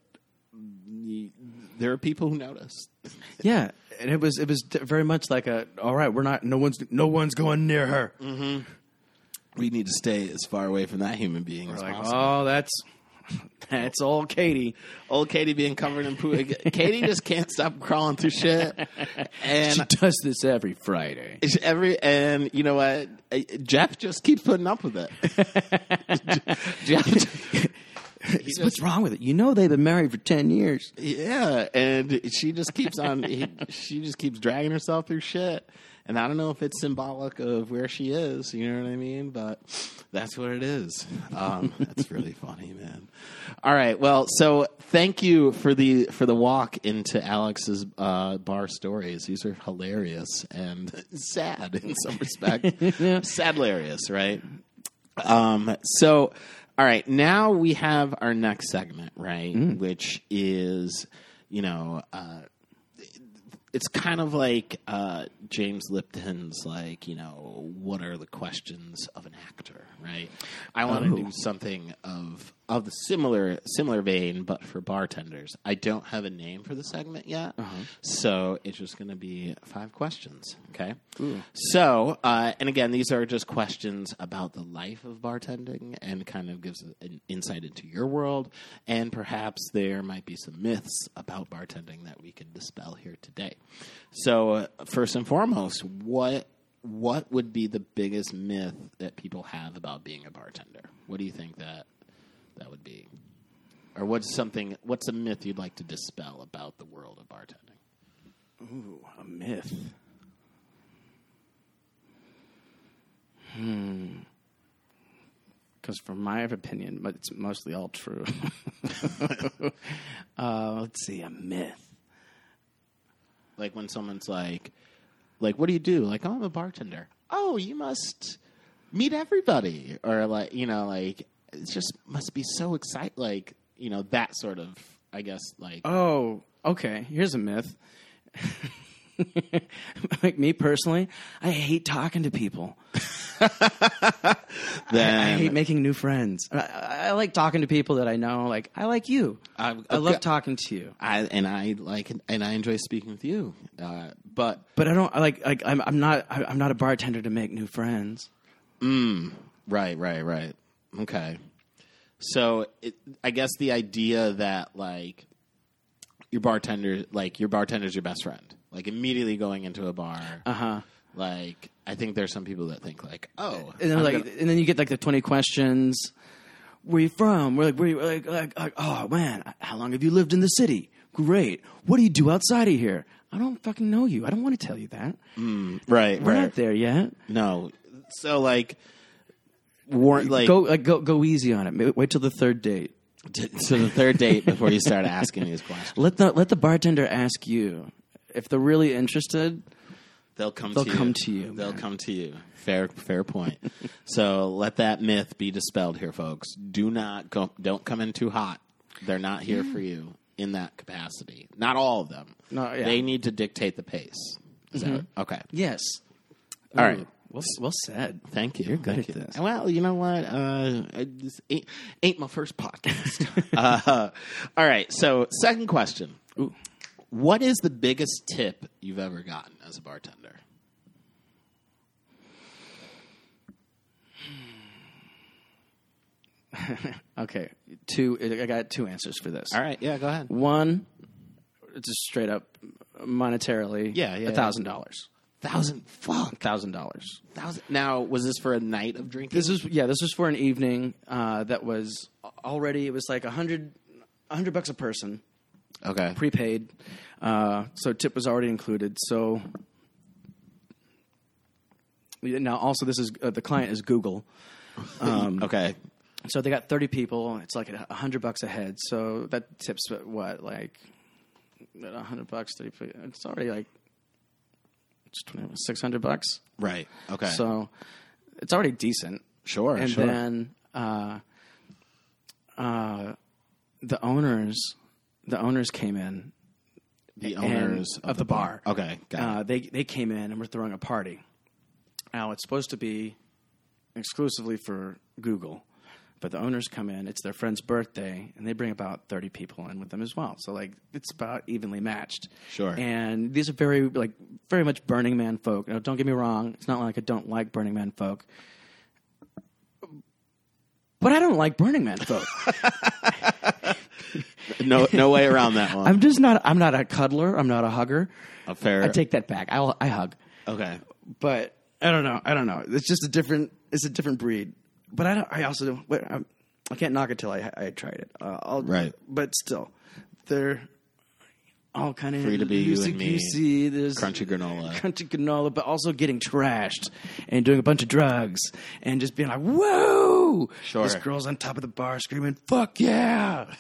you- there are people who notice Yeah, and it was it was d- very much like a. All right, we're not. No one's no one's going near her. we need to stay as far away from that human being as Like, possible oh, that's that's all, Katie. old Katie being covered in poo. Katie just can't stop crawling through shit, She and does this every Friday. it's every and you know what? Jeff just keeps putting up with it. Jeff, What's wrong with it? You know they've been married for ten years. yeah, and she just keeps on. He, she just keeps dragging herself through shit, and I don't know if it's symbolic of where she is. You know what I mean? But that's what it is. Um, that's really funny, man. All right, well, so thank you for the for the walk into Alex's uh, bar stories. These are hilarious and sad in some respect. Sad, hilarious, right? Um, so, all right, now we have our next segment, right? Which is, you know, uh, it's kind of like uh, James Lipton's, like, you know, what are the questions of an actor, right? I want to do something of of the similar similar vein, but for bartenders. I don't have a name for the segment yet, so it's just going to be five questions. Okay. So, uh, and again, these are just questions about the life of bartending and kind of gives an insight into your world. And perhaps there might be some myths about bartending that we could dispel here today. So, uh, first and foremost, what what would be the biggest myth that people have about being a bartender? What do you think that that would be? Or what's something what's a myth you'd like to dispel about the world of bartending? A myth. Hmm. Because Hmm. from my opinion, but it's mostly all true. uh, let's see, a myth. Like when someone's like, like, what do you do? Like, oh, I'm a bartender. Oh, you must meet everybody, or like, you know, like it just must be so exciting. Like, you know, that sort of, I guess, like, Oh, okay. Here's a myth. like me personally, I hate talking to people. I hate then making new friends. I, I, I like talking to people that I know. Like I like you. I- okay. I love talking to you. I, and I like, and I enjoy speaking with you, uh, but But I don't I like like I'm I'm not I- I'm not a bartender to make new friends. Right, right, right. Okay. So it, I guess the idea that like your bartender, like your bartender's your best friend, like immediately going into a bar. Uh Uh-huh. huh. Like I think there's some people that think like, oh, And then I'm like gonna- and then you get like the 20 questions. Where you from? We're like where you like, like like oh man, how long have you lived in the city? Great. What do you do outside of here? I don't fucking know you. I don't want to tell you that. right, We're right, not there yet. no. So like, warn like go like go go easy on it. Maybe Wait till the third date. to, to the third date before you start asking these questions. Let the let the bartender ask you if they're really interested. They'll come. They'll to you. come to you, They'll man. come to you. Fair, fair point. so let that myth be dispelled here, folks. Do not go, don't come in too hot. They're not here for you in that capacity. Not all of them. No, yeah. Mm-hmm. They need to dictate the pace. Is that okay? Yes. All right. Well, well said. Thank you. You're good Thank at you. this. Well, you know what? Uh, I- this ain't, ain't my first podcast. uh, all right. So, second question. Ooh. What is the biggest tip you've ever gotten as a bartender? Okay, two. I got two answers for this. All right. Yeah, go ahead. One, just straight up monetarily. Yeah, yeah, A thousand dollars. Thousand. Fuck. Thousand dollars. Thousand. Now, was this for a night of drinking? This was yeah. This was for an evening uh, that was already. It was like a hundred, a hundred bucks a person, okay. prepaid. Uh, so tip was already included. So Yeah, now also this is uh, the client is Google. Um, okay. So they got 30 people. It's like a 100 bucks a head. So that tips what- what like a 100 bucks 30 pe- it's already like it's 20 600 bucks. Right. Okay. So it's already decent. sure. and sure. then uh uh the owners the owners came in the and- owners of, the bar. Okay. Got it. Uh, they they came in and were throwing a party. Now it's supposed to be exclusively for Google, but the owners come in. It's their friend's birthday, and they bring about thirty people in with them as well. So like it's about evenly matched. Sure. And these are very like very much Burning Man folk. Now don't get me wrong. It's not like I don't like Burning Man folk. But I don't like Burning Man folk. No, no way around that one. I'm just not. I'm not a cuddler. I'm not a hugger. A fair. I take that back. I I hug. okay. but I don't know. I don't know. It's just a different. It's a different breed. But I don't. I also don't. Wait, I'm, I can't knock it till I I tried it. Uh, I'll, Right. But still, they're All kind of Free to be you and me. loosey-goosey, There's Crunchy granola. crunchy granola, but also getting trashed and doing a bunch of drugs and just being like, "Whoa!" Sure. This girl's on top of the bar screaming, "Fuck yeah!"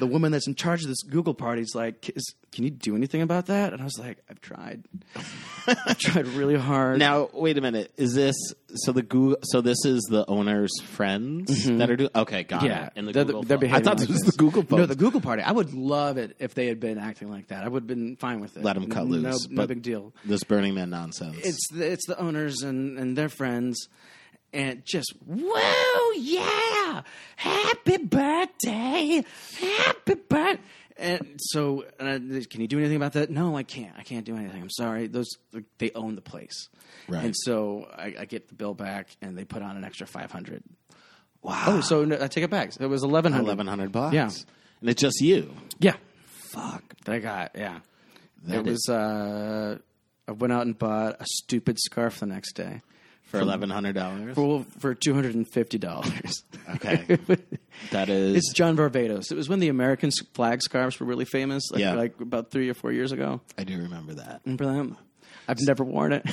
The woman that's in charge of this Google party's like, is, "Can you do anything about that?" And I was like, "I've tried. I've tried really hard." Now, wait a minute. Is this so the Google? So this is the owner's friends that are doing? Okay, got Mm-hmm. Yeah, it. And the they're, Google they're phone- I behaving thought like this was this. the Google phone. No, the Google party. I would love it if they had been acting like that. I would have been fine with it. Let 'em cut No- loose, No, but- big deal. this Burning Man nonsense. It's the, it's the owners and, and their friends, and just whoa yeah, happy birthday, happy birthday. And so, and I, can you do anything about that? No, I can't. I can't do anything. I'm sorry. Those like, they own the place, Right. And so I, I get the bill back, and they put on an extra five hundred. wow, Oh, so no, I take it back. So it was eleven hundred. eleven hundred bucks. Yeah. and it's just you. Yeah. Fuck. That I got, yeah. That it was, uh, I went out and bought a stupid scarf the next day For eleven hundred dollars. for, for $250. Okay, that is It's John Barbados. It was when the American s- flag scarves were really famous, like, Yeah. like about three or four years ago. I do remember that. Remember them? I've never worn it,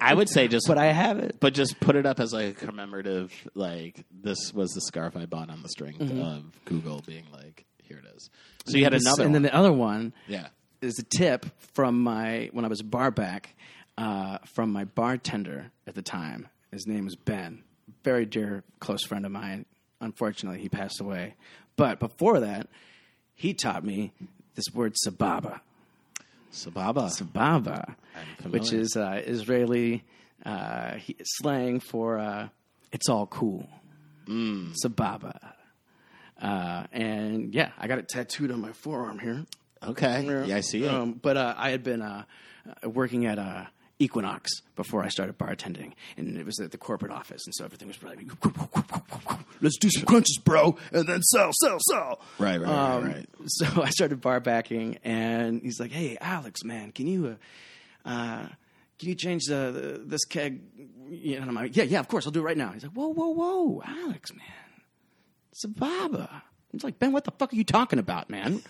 I would say just, but but, I have it. just put it up as like a commemorative. Like this was the scarf I bought on the strength of Google being like, here it is. So you had another Mm-hmm. and one. then the other one yeah. is a tip from my when I was bar back uh, from my bartender at the time. His name was Ben, very dear close friend of mine. Unfortunately, he passed away. But before that, he taught me this word sababa, Sababa. sababa, familiar. which is uh, Israeli uh, he- slang for uh, "it's all cool." Mm. Sababa. Uh, and yeah, I got it tattooed on my forearm here. okay. Yeah. I see it. Um, but uh, I had been uh, uh, working at uh, Equinox before I started bartending, and it was at the corporate office, and so everything was really let's do some crunches, bro, and then sell, sell, sell. Right, right, right, um, right. So I started bar backing, and he's like, "Hey, Alex, man, can you?" Uh, uh, can you change the, the this keg? You know, and I'm like, yeah, yeah, of course, I'll do it right now. He's like, whoa, whoa, whoa, Alex, man, Sababa. It's like, Ben, what the fuck are you talking about, man?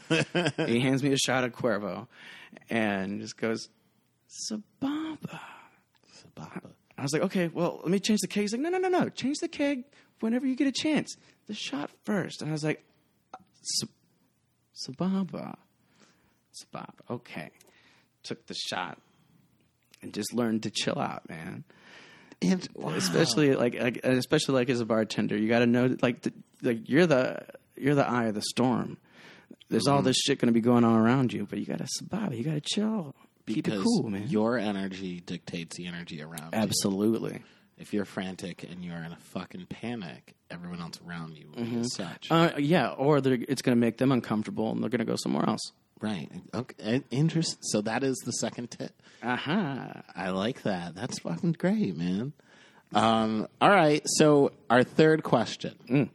he hands me a shot of Cuervo and just goes, Sababa. Sababa. I was like, okay, well, let me change the keg. He's like, no, no, no, no. Change the keg whenever you get a chance. The shot first. And I was like, "Sa- Sababa. Sababa. Okay. Took the shot and just learned to chill out, man And especially like, like and especially like as a bartender you got to know that, like the, like you're the you're the eye of the storm there's all this shit going to be going on around you but you got to survive you got to chill Keep it because cool, man. your energy dictates the energy around you. Absolutely. If you're frantic and you're in a fucking panic, everyone else around you will be as such. Uh, yeah, or they're, it's going to make them uncomfortable and they're going to go somewhere else. right. Okay. Interest. So that is the second tip. Uh-huh. Aha. I like that. That's fucking great, man. Um, all right. So our third question: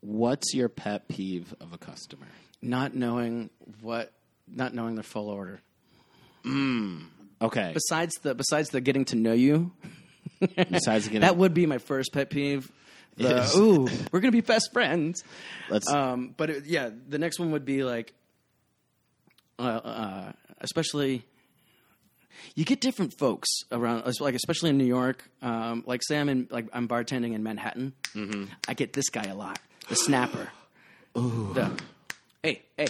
What's your pet peeve of a customer? Not knowing what, not knowing their full order. Okay. Besides the besides the getting to know you, Besides getting that would be my first pet peeve. The, Yes. Ooh, we're going to be best friends. let's Um, but it, yeah, the next one would be like, uh, uh, especially you get different folks around, es- like especially in New York. Um, like say I'm in, like I'm bartending in Manhattan. I get this guy a lot, the snapper. Ooh. hey, hey.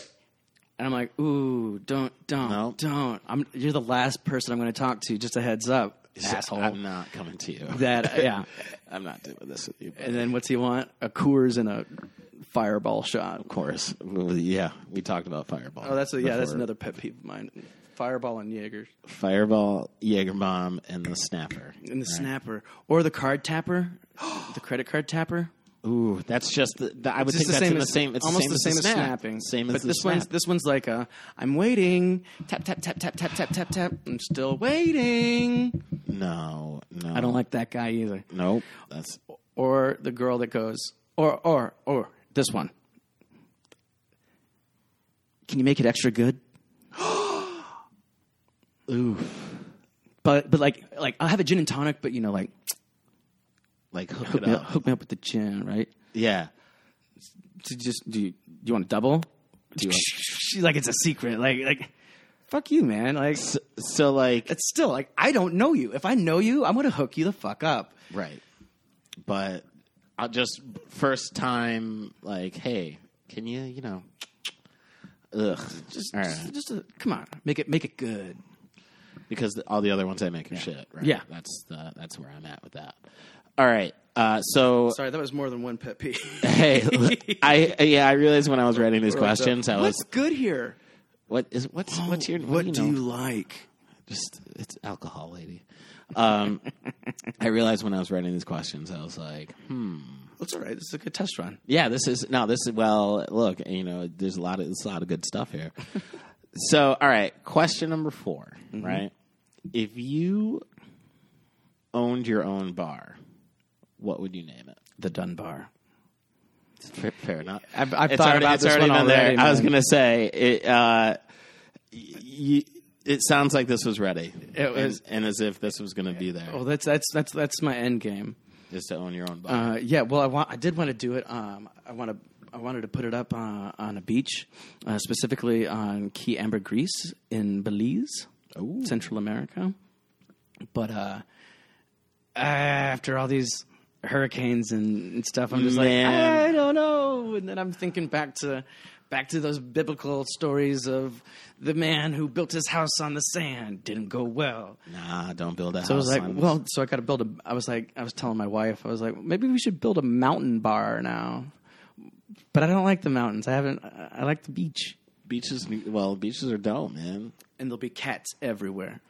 And I'm like, ooh, don't, don't, No. don't. I'm, you're the last person I'm going to talk to. Just a heads up, asshole. I'm not coming to you. that yeah. I'm not doing this with you. And then what's he want? A Coors and a fireball shot. Of course. Well, Yeah, we talked about Fireball. Oh, that's a, yeah, that's before. another pet peeve of mine. Fireball and Jaeger Fireball, Jaegerbomb, and the Snapper. and the snapper or the card tapper, the credit card tapper. Ooh, that's just the, the- I would It's think that's in the same. It's almost the the same, same as, the snap. snapping. Same as but the this snap. one's this one's like a I'm waiting, tap tap tap tap tap tap tap tap. I'm still waiting. no, no, I don't like that guy either. Nope. That's Or the girl that goes, or or or this one. Can you make it extra good? ooh, But but like like I'll have a gin and tonic, but you know like like hook it hook me up, up. hook me up with the gin, right? Yeah. to just do you, do you want to double? you want- She's like it's a secret. Like like fuck you, man. Like So, so like it's still like I don't know you. If I know you, I'm gonna hook you the fuck up. right, but I'll just first time like, hey, can you you know? Ugh, Just All just, right. just uh, come on, make it make it good. because the, all the other ones I make are shit. Right? Yeah. that's the, that's where I'm at with that. All right, uh, so Sorry, that was more than one pet peeve. hey, I yeah, I realized when I was writing these questions, I was What's good here? what is what's Oh, what's your what do know? you like? just it's alcohol, lady. Um, I realized when I was writing these questions, I was like, That's all right. This is a good test run. Yeah, this is no, this is well. Look, you know, there's a lot of there's a lot of good stuff here. so, all right, question number 4 Mm-hmm. right? If you owned your own bar, what would you name it? The Dunbar. Fair, fair enough. I've- I've It's thought already- about it's this already one been there. already, I was man. gonna say it. Uh, y- y- it sounds like this was ready. It was- Oh. and, and as if this was gonna be there, Well, that's that's that's that's my end game. is to own your own bar. Uh, yeah. Well, I want I did want to do it. Um, I want to. I wanted to put it up uh, on a beach, uh, specifically on Key Ambergris in Belize, Central America. But uh, after all these hurricanes and, and stuff, I'm just Man. like, I don't know. And then I'm thinking back to back to those biblical stories of the man who built his house on the sand didn't go well. nah, don't build a house. So I was like, on- well, so I got to build a. I was like, I was telling my wife, I was like, maybe we should build a mountain bar now. But I don't like the mountains. I haven't. I I like the beach, beaches. Well, beaches are dope, man. and there'll be cats everywhere,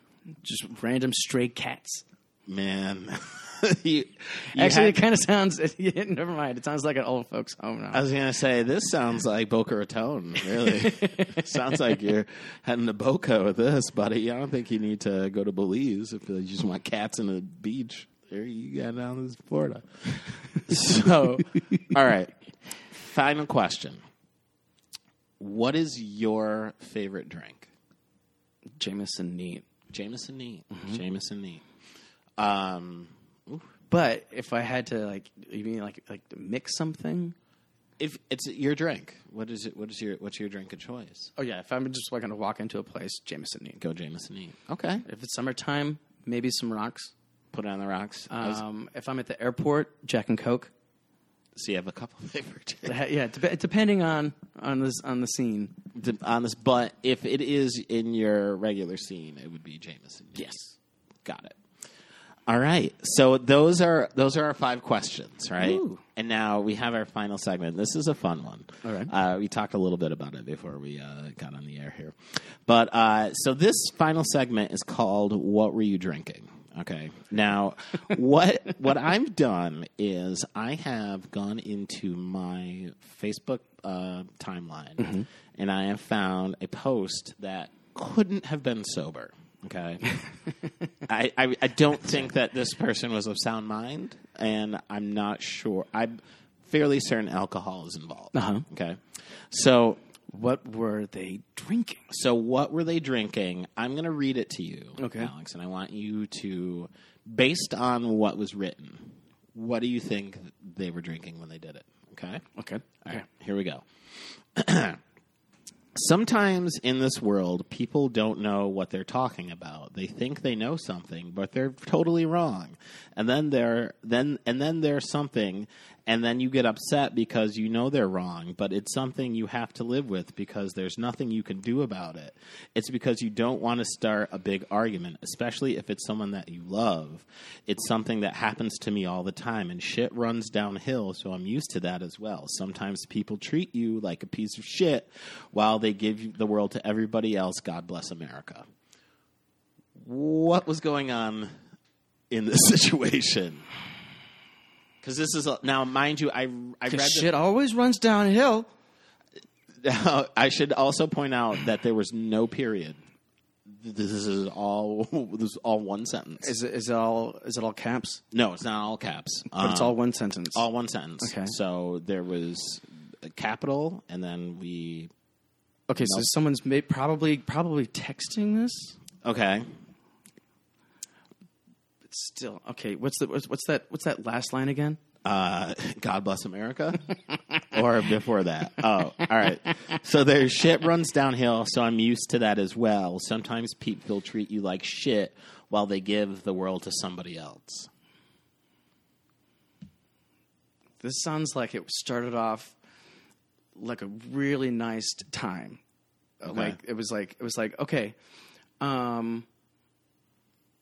just random stray cats. Man, you, you Actually, had- it kind of sounds. never mind. It sounds like an old folks' home now. I was gonna say this sounds like Boca Raton. Really, sounds like you're heading to Boca with this, buddy. I don't think you need to go to Belize if you just want cats and a beach. There you go down in Florida. so, all right. Final question: What is your favorite drink? Jameson neat. Jameson neat. Mm-hmm. Jameson neat. Um, But if I had to like, you mean like like mix something? if it's your drink, what is it? What is your what's your drink of choice? Oh yeah, if I'm just like going to walk into a place, Jameson neat. Go Jameson neat. Okay. If it's summertime, maybe some rocks. Put it on the rocks. I was- Um, if I'm at the airport, Jack and Coke. So you have a couple favorite Uh, Yeah, dep depending on on this on the scene. on this, but if it is in your regular scene, it would be Jameson. Yes, got it. All right. So those are those are our five questions, right? Ooh. And now we have our final segment. This is a fun one. All right. Uh, we talked a little bit about it before we uh, got on the air here, but uh, so this final segment is called "What Were You Drinking?" Okay. Now, what what I've done is I have gone into my Facebook uh, timeline Mm-hmm. and I have found a post that couldn't have been sober. Okay. I, I, I don't think that this person was of sound mind, and I'm not sure. I'm fairly certain alcohol is involved. Uh-huh. Okay, so What were they drinking? so what were they drinking? I'm going to read it to you, Okay. Alex, and I want you to, based on what was written, what do you think they were drinking when they did it? Okay. Okay. All right, here we go. Sometimes in this world, people don't know what they're talking about. They think they know something, but they're totally wrong. And then they're then and then there's something, and then you get upset because you know they're wrong, but it's something you have to live with because there's nothing you can do about it. It's because you don't want to start a big argument, especially if it's someone that you love. It's something that happens to me all the time, and shit runs downhill, so I'm used to that as well. Sometimes people treat you like a piece of shit while they give you- the world to everybody else. God bless America. What was going on in this situation? Because this is a, now, mind you, I I read Because the shit always runs downhill. now, I should also point out that there was no period. This is all this is all one sentence. Is it, is it all is it all caps? no, it's not all caps. But it's Um, all one sentence. all one sentence. Okay. So there was a capital, and then we okay, so someone's may, probably probably texting this. okay. But still, okay. What's the what's, what's that what's that last line again? uh, God Bless America, or before that. Oh, all right. So their shit runs downhill, so I'm used to that as well. Sometimes people treat you like shit while they give the world to somebody else. This sounds like it started off like a really nice time. Uh, Like it was like it was like okay, um,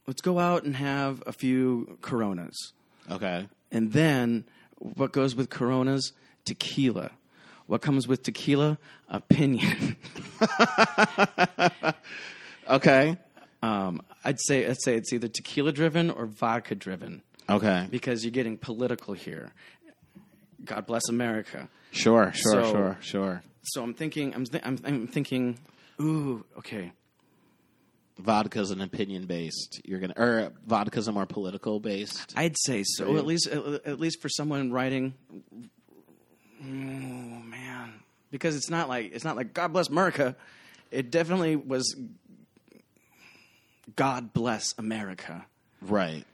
let's go out and have a few Coronas. Okay. And then what goes with Coronas? Tequila. What comes with tequila? Opinion. Okay. Um, I'd say I'd say it's either tequila driven or vodka driven Okay. because you're getting political here. God bless America. Sure, sure, So- sure, sure. So I'm thinking I'm th- I'm, I'm thinking, ooh, okay, Vodka's an opinion based. You're gonna or vodka's a more political based. I'd say so. At least at, at least for someone writing, oh man, because it's not like it's not like God bless America. It definitely was God bless America. Right.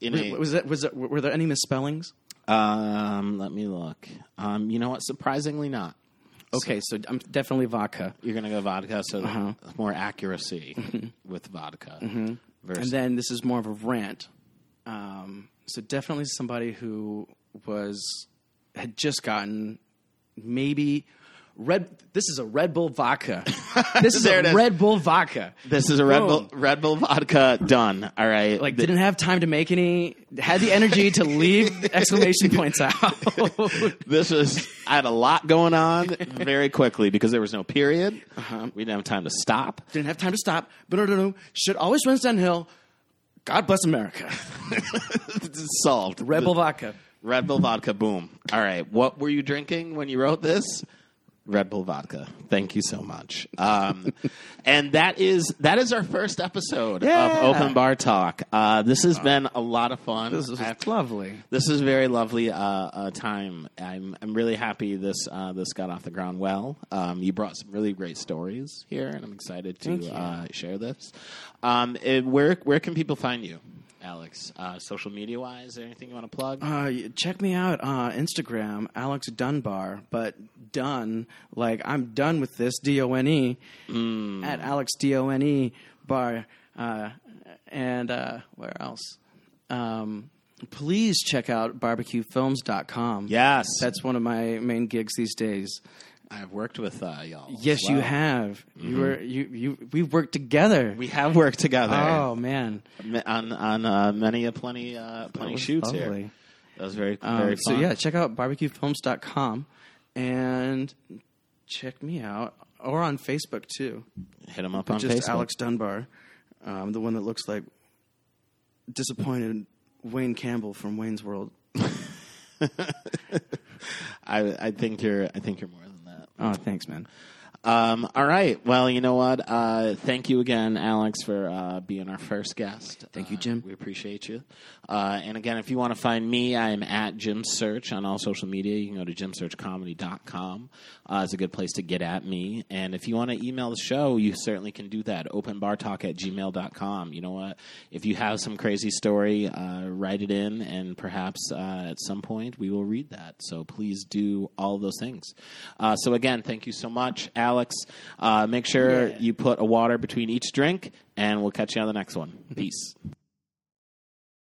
In a- Was that was that, were there any misspellings? um, let me look. Um, you know what? Surprisingly, not. Okay, so I'm definitely vodka. you're gonna go vodka, so more accuracy with vodka. Versus, And then this is more of a rant. Um, so definitely somebody who was had just gotten maybe red. This is a Red Bull vodka. This is There it a is. Red Bull vodka. this is a Red Boom. Bull, Red Bull vodka done. All right, Like Th- didn't have time to make any. Had the energy to leave exclamation points out. this was I had a lot going on very quickly because there was no period. We didn't have time to stop. didn't have time to stop. But shit always runs downhill. God bless America. This is solved. Red Bull vodka. Red Bull vodka. Boom. All right, what were you drinking when you wrote this? Red Bull vodka. Thank you so much. Um, and that is that is our first episode Yeah. of Open Bar Talk. Uh, this has been a lot of fun. This is I have to lovely. This is a very lovely uh, uh, time. I'm I'm really happy this uh, this got off the ground well. Um, you brought some really great stories here, and I'm excited Thank you. to uh, share this. Um, and where where can people find you, Alex? Uh, social media wise, anything you want to plug? Uh, y- check me out on Instagram, Alex Dunbar, but done like I'm done with this D O N E Mm. at Alex D O N E Bar, uh, and uh, where else? Um, please check out barbecuefilms.com. yes, that's one of my main gigs these days. I've worked with uh, y'all. as Yes, you well. have. You were you you we worked together. Mm-hmm. We have worked together oh man, m- on on uh, many a plenty uh, plenty was shoots lovely. here. That was very Um, very so fun. yeah, check out barbecuefilms.com and check me out or on Facebook too. Hit them up on Just Facebook. Alex Dunbar, um, the one that looks like disappointed Wayne Campbell from Wayne's World. I I think you're I think you're more than that. Oh, thanks, man. Um, all right. Well, you know what? Uh, thank you again, Alex, for uh, being our first guest. Thank you, Uh, Jim. we appreciate you. Uh, and again, if you want to find me, I am at Jim Search on all social media. You can go to jimsearchcomedy.com. Uh, it's a good place to get at me. And if you want to email the show, you certainly can do that. Openbartalk at gmail.com. You know what? If you have some crazy story, uh, write it in, and perhaps uh, at some point we will read that. So please do all those things. Uh, so again, thank you so much, Alex. Uh, make sure you put a water between each drink, and we'll catch you on the next one. Peace.